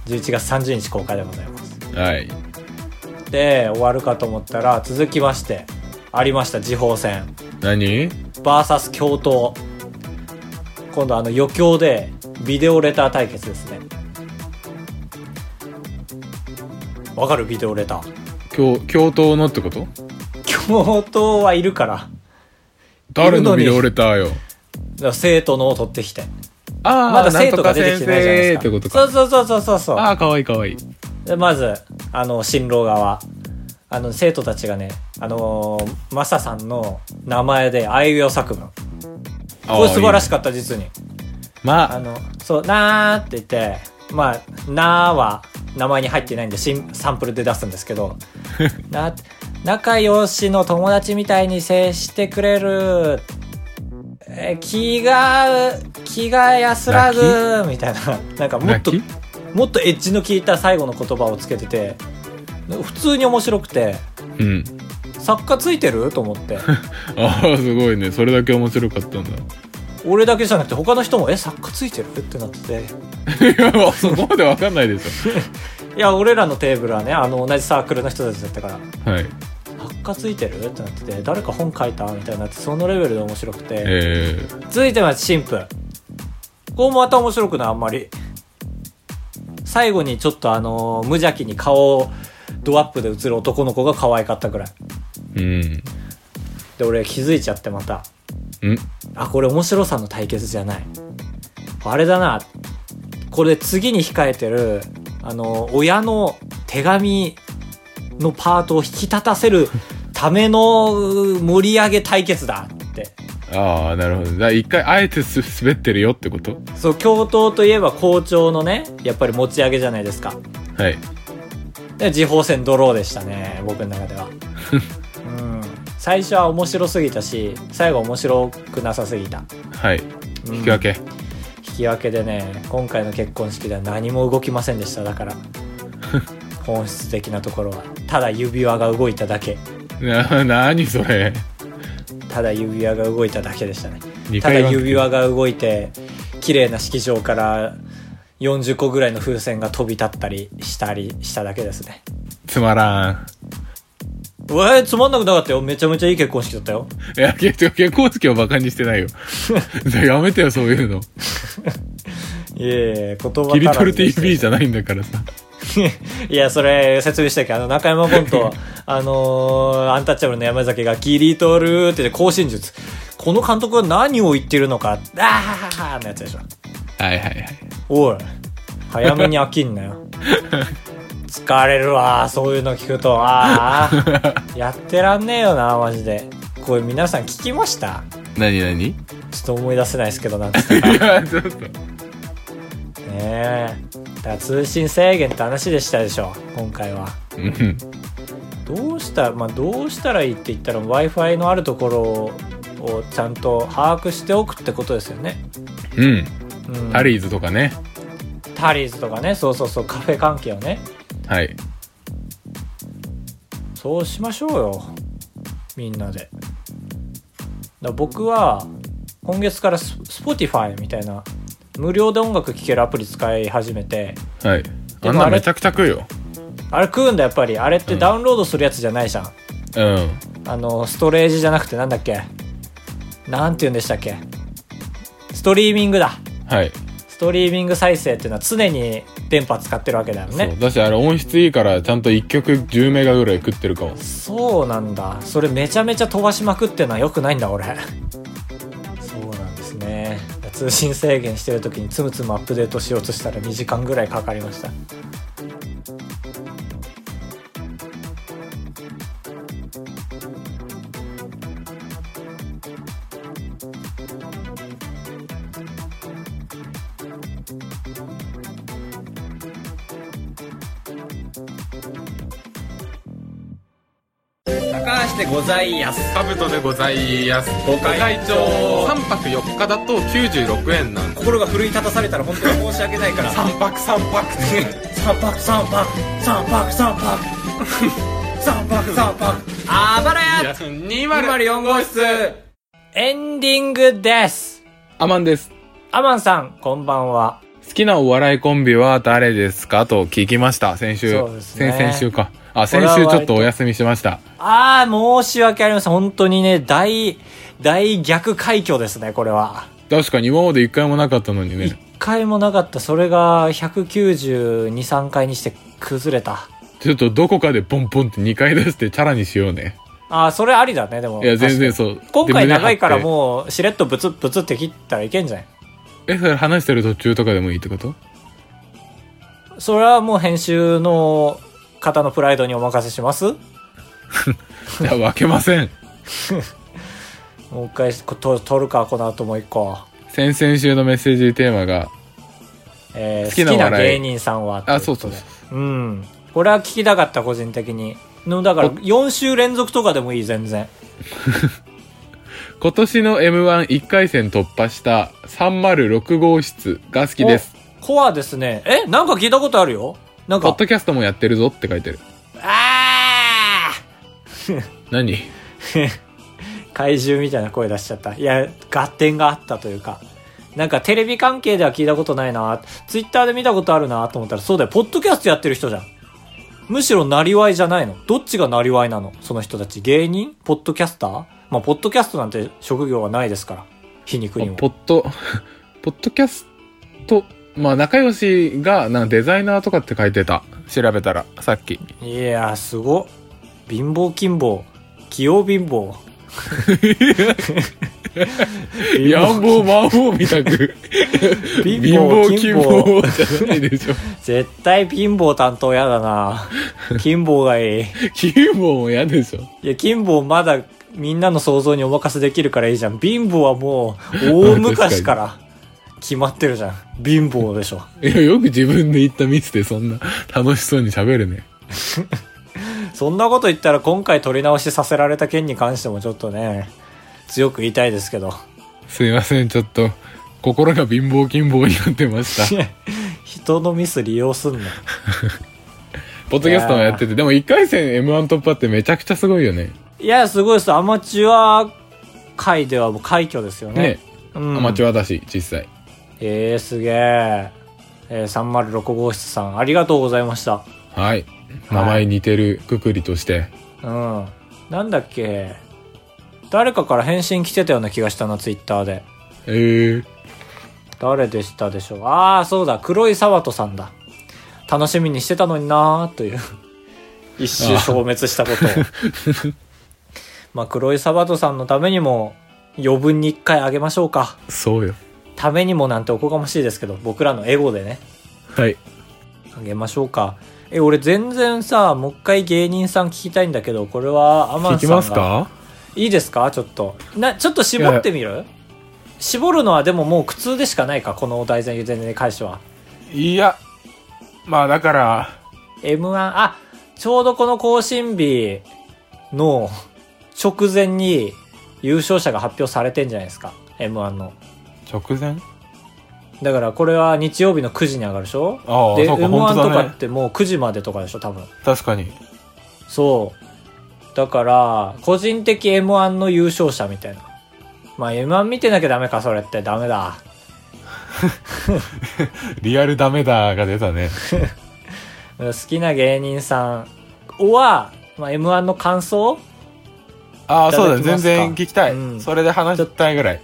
Speaker 1: 11月30日公開でございます
Speaker 2: はい。
Speaker 1: で終わるかと思ったら続きましてありました時報戦
Speaker 2: 何
Speaker 1: VS 共闘今度あの余興でビデオレター対決ですねわかるビデオレター
Speaker 2: 教、教頭のってこと
Speaker 1: 共妹はいるから。だか
Speaker 2: 誰のビデ
Speaker 1: いるのに
Speaker 2: オレターよ。
Speaker 1: ら生徒のを取ってきて。
Speaker 2: ああ、
Speaker 1: まだ生徒が出てきてないじゃないですか。
Speaker 2: ってことか。
Speaker 1: そうそうそうそうそう。
Speaker 2: ああ、かわいいかわいい。
Speaker 1: でまずあの新郎側あの生徒たちがねあのーマサさんの名前であいうえお作文これ素晴らし
Speaker 2: い。
Speaker 1: かった実にあ
Speaker 2: まあ、
Speaker 1: のそう「なー」って言ってまあ「なー」は名前に入ってないんで新サンプルで出すんですけ ど「な」って仲良しの友達みたいに接してくれるえー気が気が安らぐみたいななんかもっと
Speaker 2: 泣き
Speaker 1: もっとエッジの効いた最後の言葉をつけてて普通に面白くて
Speaker 2: うん。
Speaker 1: 作家ついてると思って
Speaker 2: ああ、すごいね。それだけ面白かったんだ。
Speaker 1: 俺だけじゃなくて他の人も「え作家ついてる?」ってなってて
Speaker 2: いや、そこまでわかんないでし
Speaker 1: いや俺らのテーブルはねあの同じサークルの人たちだったから
Speaker 2: ょ。はい。
Speaker 1: 「作家ついてる?」ってなってて「誰か本書いた?」みたいになってそのレベルで面白くて
Speaker 2: え
Speaker 1: 続いてます新婦こうもまた面白くないあんまり最後にちょっとあの無邪気に顔をドアップで映る男の子が可愛かったぐらい
Speaker 2: ー、
Speaker 1: で俺気づいちゃってまた
Speaker 2: うん。ん
Speaker 1: あ、これ面白さの対決じゃない。あれだな。これ次に控えてる、あの、親の手紙のパートを引き立たせるためのうー盛り上げ対決だって。
Speaker 2: ああ、なるほど。だから一回、あえてす滑ってるよってこと
Speaker 1: そう、教頭といえば校長のね、やっぱり持ち上げじゃないですか。
Speaker 2: はい。
Speaker 1: で、時報戦ドローでしたね、僕の中では。うん。最初は面白すぎたし、最後面白くなさすぎた。
Speaker 2: はい。
Speaker 1: うん
Speaker 2: 引き分け。
Speaker 1: 引き分けでね今回の結婚式では何も動きませんでしただから 本質的なところはただ指輪が動いただけ
Speaker 2: な、なにそれ。
Speaker 1: ただ指輪が動いただけでしたね
Speaker 2: 二
Speaker 1: た
Speaker 2: 回
Speaker 1: だ
Speaker 2: 分け
Speaker 1: 指輪が動いて綺麗な式場から40個ぐらいの風船が飛び立ったりしたりしただけですね
Speaker 2: つまらん。
Speaker 1: えー、つまんなくなかったよめちゃめちゃいい結婚式だったよ
Speaker 2: いや、結結婚式をバカにしてないよ。 やめてよ、そういうの。
Speaker 1: いえいえ言葉
Speaker 2: 切り取る
Speaker 1: 足らずでした
Speaker 2: TV じゃないんだからさ。
Speaker 1: いや、それ、説明したっけあの、中山コント、あのーアンタッチャブルの山崎が、切り取るって言って、更新術。この監督は何を言ってるのか、あーのやつでしょ。
Speaker 2: はいはいはい。
Speaker 1: おい、早めに飽きんなよ。疲れるわ、そういうの聞くと。あ ー、やってらんねえよな、マジで。これ皆さん聞きました
Speaker 2: なになにい
Speaker 1: ちょっと思い出せないですけど、なんつったか
Speaker 2: や、ちょっと。
Speaker 1: ねえ。だから通信制限って話でしたでしょ、今回は。
Speaker 2: うん。
Speaker 1: どうした、まあ、どうしたらいいって言ったら w i f i のあるところををちゃんと把握しておくってことですよね。
Speaker 2: うん。
Speaker 1: うん、
Speaker 2: タリーズとかね。
Speaker 1: タリーズとかねそうそうそうカフェ関係をね
Speaker 2: はい。
Speaker 1: そうしましょうよみんなで。だから僕は今月からス Spotify みたいな無料で音楽聴けるアプリ使い始めて
Speaker 2: はい。
Speaker 1: で
Speaker 2: あん
Speaker 1: もあ
Speaker 2: な
Speaker 1: れ
Speaker 2: めちゃくちゃ食うよ。
Speaker 1: あれ食うんだやっぱりあれってダウンロードするやつじゃないじゃん、
Speaker 2: うん。
Speaker 1: あの、ストレージじゃなくてなんだっけなんて言うんでしたっけストリーミングだ。
Speaker 2: はい。
Speaker 1: ストリーミング再生っていうのは常に電波使ってるわけだよ
Speaker 2: そう
Speaker 1: ね。
Speaker 2: だし、あれ音質いいから、ちゃんと1曲10メガぐらい食ってるかも。
Speaker 1: そうなんだ。それめちゃめちゃ飛ばしまくってんのは良くないんだ、俺。そうなんですね。通信制限してる時につむつむアップデートしようとしたら2時間ぐらいかかりました。高橋でございやす。
Speaker 3: カブトでございますご
Speaker 1: 会長
Speaker 3: 3泊4日だと96円なんで
Speaker 1: 心が奮い立たされたら本当に申し訳ないから。
Speaker 3: 3泊3泊
Speaker 1: 三泊三泊三泊三泊 三泊三泊あばらや
Speaker 3: 204号室
Speaker 1: エンディングです
Speaker 2: アマンです。
Speaker 1: アマンさんこんばんは
Speaker 2: 好きなお笑いコンビは誰ですかと聞きました。先週。
Speaker 1: そうですね
Speaker 2: 先々週か。あ、
Speaker 1: これ
Speaker 2: 先
Speaker 1: は
Speaker 2: 週ちょっとお休みしました。
Speaker 1: ああ申し訳ありません本当にね大大逆快挙ですねこれは
Speaker 2: 確かに今まで一回もなかったのにね。
Speaker 1: 一回もなかったそれが1923回にして崩れた
Speaker 2: ちょっとどこかでポンポンって2回出してチャラにしようね。
Speaker 1: ああ、それありだね、でも。
Speaker 2: いや、全然
Speaker 1: う。
Speaker 2: そう。
Speaker 1: 今回長いから
Speaker 2: う。
Speaker 1: もう、しれっとブツブツって切ったらいけんじゃない
Speaker 2: え、それ話してる途中とかでもいいってこと
Speaker 1: それはもう編集の方のプライドにお任せしますも
Speaker 2: いや、分けません。
Speaker 1: う一回と撮るか、この後もう一個。
Speaker 2: 先々週のメッセージテーマが、
Speaker 1: えー
Speaker 2: 好き
Speaker 1: 好
Speaker 2: な
Speaker 1: きな
Speaker 2: 笑い
Speaker 1: 芸人さんは
Speaker 2: あ
Speaker 1: といことで
Speaker 2: そうそ
Speaker 1: う
Speaker 2: う
Speaker 1: ん。これは聞きたかった、個人的に。のだから、4週連続とかでもいい、全然。
Speaker 2: 今年の M11 回戦突破した306号室が好きです。
Speaker 1: お。コアですね。え、なんか聞いたことあるよなん
Speaker 2: ポ
Speaker 1: か
Speaker 2: ッ、ドキャストもやってるぞって書いてる。
Speaker 1: あ
Speaker 2: 何
Speaker 1: ー怪獣みたいな声出しちゃった。いや、合点があったというか。なんかテレビ関係では聞いたことないな。ツイッターで見たことあるなと思ったら、そうだよ。ポッドキャストやってる人じゃん。むしろなりわいじゃないの。どっちがなりわいなのその人たち。芸人ポッドキャスターまあ、ポッドキャストなんて職業はないですから。皮肉にも。
Speaker 2: ポッド、 ポッドキャスト、まあ仲良しがなんかデザイナーとかって書いてた。調べたら、さっき。
Speaker 1: いやー、すごっ。貧乏金乏。器用貧 乏。貧
Speaker 2: や
Speaker 1: 乏
Speaker 2: んぼう魔法みたく。 貧
Speaker 1: 貧
Speaker 2: 乏
Speaker 1: 乏
Speaker 2: 金
Speaker 1: 金
Speaker 2: 棒
Speaker 1: 乏
Speaker 2: じゃないでし ょ。
Speaker 1: 絶対貧乏担当やだな金乏がいい。
Speaker 2: 金棒も嫌でしょ。
Speaker 1: いや、金乏まだみんなの想像にお任せできるからいいじゃん。貧乏はもう、大昔から決まってるじゃん。貧乏でしょ。
Speaker 2: いや、よく自分で言ったミスでそんな楽しそうに喋るね。
Speaker 1: そんなこと言ったら今回取り直しさせられた件に関してもちょっとね、強く言いたいですけど。
Speaker 2: すいません、ちょっと、心が貧乏金棒になってました。
Speaker 1: 人のミス利用すんな。
Speaker 2: ポッドキャストもやってて、でも1回戦 M1 突破ってめちゃくちゃすごいよね。
Speaker 1: いや、すごいです。アマチュア界ではもう快挙ですよね。
Speaker 2: ね、
Speaker 1: うん、
Speaker 2: アマチュアだし、実際。
Speaker 1: ええすげえ。えー、306号室さん、ありがとうございました。
Speaker 2: はい。名前似てるくくりとして。
Speaker 1: うん。なんだっけ。誰かから返信来てたような気がしたな、ツイッターで。
Speaker 2: えー、
Speaker 1: 誰でしたでしょう。ああ、そうだ、黒井沢人さんだ。楽しみにしてたのになーという。一周消滅したことを。 まあ、黒井沢人さんのためにも、余分に一回あげましょうか。
Speaker 2: そうよ。
Speaker 1: ためにもなんておこがましいですけど、僕らのエゴでね、
Speaker 2: はい。
Speaker 1: あげましょうか。え、俺全然さ、もう一回芸人さん聞きたいんだけど、これはアマンさんが
Speaker 2: 聞。きますか
Speaker 1: いいですかちょっと。な、ちょっと絞ってみる絞るのはでももう苦痛でしかないか、このお題全然に関しては。
Speaker 2: いや、まあだから、
Speaker 1: M1、あ、ちょうどこの更新日の直前に優勝者が発表されてんじゃないですか。M1 の。
Speaker 2: 直前
Speaker 1: だからこれは日曜日の9時に上がるでしょ
Speaker 2: ああ、
Speaker 1: で、
Speaker 2: そうか、
Speaker 1: M1 と
Speaker 2: 本当
Speaker 1: か
Speaker 2: だね
Speaker 1: っ。てもう9時までとかでしょ、多分。
Speaker 2: 確かに。
Speaker 1: そう。だから、個人的 M1 の優勝者みたいな。まあ M1 見てなきゃダメか、それって。ダメだ。
Speaker 2: リアルダメだが出たね。
Speaker 1: 好きな芸人さんは、まあ、M1 の感想
Speaker 2: ああ、そうだね。
Speaker 1: いただきま
Speaker 2: 全
Speaker 1: すか
Speaker 2: 然聞きたい。
Speaker 1: うん
Speaker 2: それで話したいぐらい。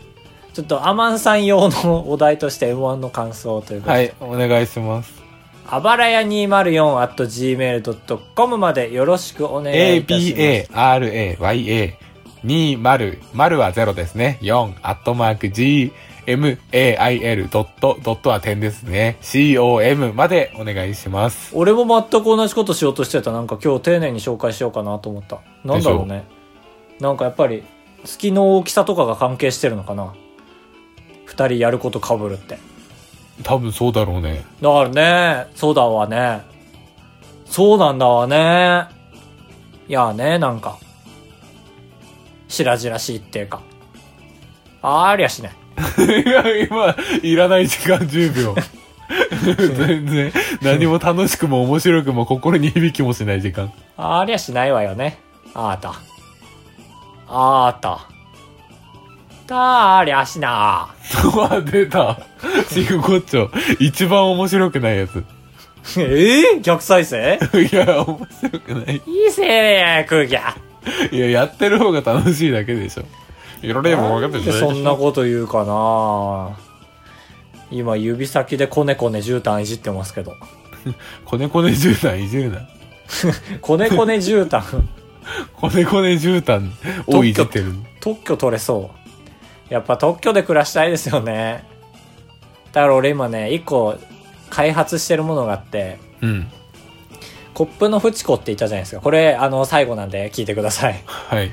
Speaker 1: ちょっとアマンさん用のお題として M1 の感想ということ
Speaker 2: は
Speaker 1: で、
Speaker 2: い、お願いします。
Speaker 1: あばらや 204.gmail.com までよろしくお願いいたします。
Speaker 2: ABARAYA20 0は0ですね4アットマーク GMAIL ドットドットは点ですね COM までお願いします
Speaker 1: 俺も全く同じことしようとしてた。なんか今日丁寧に紹介しようかなと思った。なんだろうね。なんかやっぱり、月の大きさとかが関係してるのかな。二人やること被るって。
Speaker 2: 多分そうだろうね
Speaker 1: だからね、そうだわね。そうなんだわね。いやね、なんか。白々しいっていうか。ありゃしない。
Speaker 2: いや今いらない時間10秒全然何も楽しくも面白くも心に響きもしない時間
Speaker 1: ありゃしないわよね。あーた。あーた。たーりゃしな
Speaker 2: うわ出たシグコッチョ一番面白くないやつ
Speaker 1: ー。えー、逆再生
Speaker 2: いや面白くない
Speaker 1: いいせーくぎゃ。
Speaker 2: いや、やってる方が楽しいだけでしょ。いろいろも分かって
Speaker 1: でそんなこと言うかな今指先でコネコネ絨毯いじってますけど。
Speaker 2: こねこね絨毯いじるな。
Speaker 1: コネコネ絨毯
Speaker 2: こねこね絨毯をいじってる。
Speaker 1: 特許取れそう。やっぱ特許で暮らしたいですよね。だから俺今ね、一個開発してるものがあって、
Speaker 2: うん。
Speaker 1: コップのフチコって言ったじゃないですか。これ、あの、最後なんで聞いてください。
Speaker 2: はい。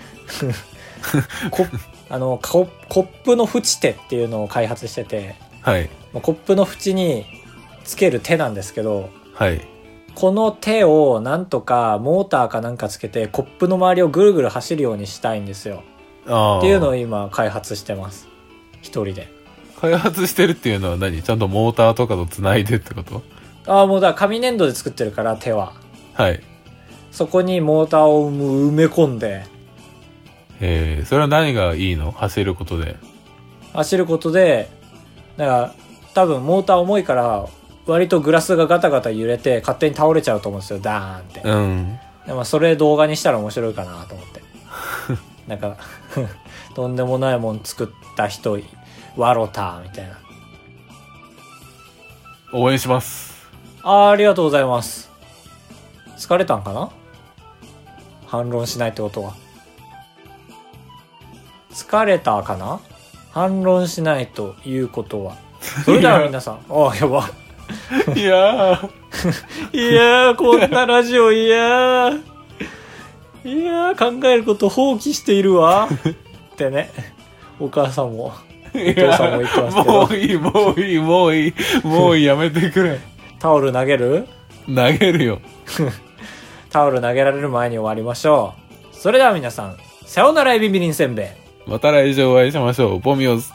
Speaker 1: コップあのココップの縁手っていうのを開発してて
Speaker 2: はい。
Speaker 1: まあコップの縁につける手なんですけど
Speaker 2: はい。
Speaker 1: この手をなんとかモーターかなんかつけてコップの周りをぐるぐる走るようにしたいんですよ
Speaker 2: ああ。
Speaker 1: っていうのを今開発してます一人で
Speaker 2: 開発してるっていうのは何ちゃんとモーターとかと繋いでってこと
Speaker 1: ああもうだから紙粘土で作ってるから手は
Speaker 2: はい。
Speaker 1: そこにモーターを埋め込んで
Speaker 2: えー、それは何がいいの走ることで。
Speaker 1: 走ることでだから多分モーター重いから割とグラスがガタガタ揺れて勝手に倒れちゃうと思うんですよダーンって
Speaker 2: うん。
Speaker 1: でもそれ動画にしたら面白いかなと思 って。なんか、 とんでもないもん作った人、ワロタみたいな。
Speaker 2: 応援します。
Speaker 1: あーありがとうございます。疲れたんかな反論しないってことは。疲れたかな反論しないということは。それでは 皆さん。ああ、やば。
Speaker 2: いやー。
Speaker 1: いやー、こんなラジオ、いやー。いやー、考えること放棄している わ。ってね。お母さんも。
Speaker 2: お
Speaker 1: 父さんも言ってますけど
Speaker 2: もういい、もういい、もういい、もういい、やめてくれ。
Speaker 1: タオル投げる
Speaker 2: 投げるよ。
Speaker 1: タオル投げられる前に終わりましょう。それでは皆さん、さようならエビビリンせんべい。
Speaker 2: また来週お会いしましょう。ポミオス。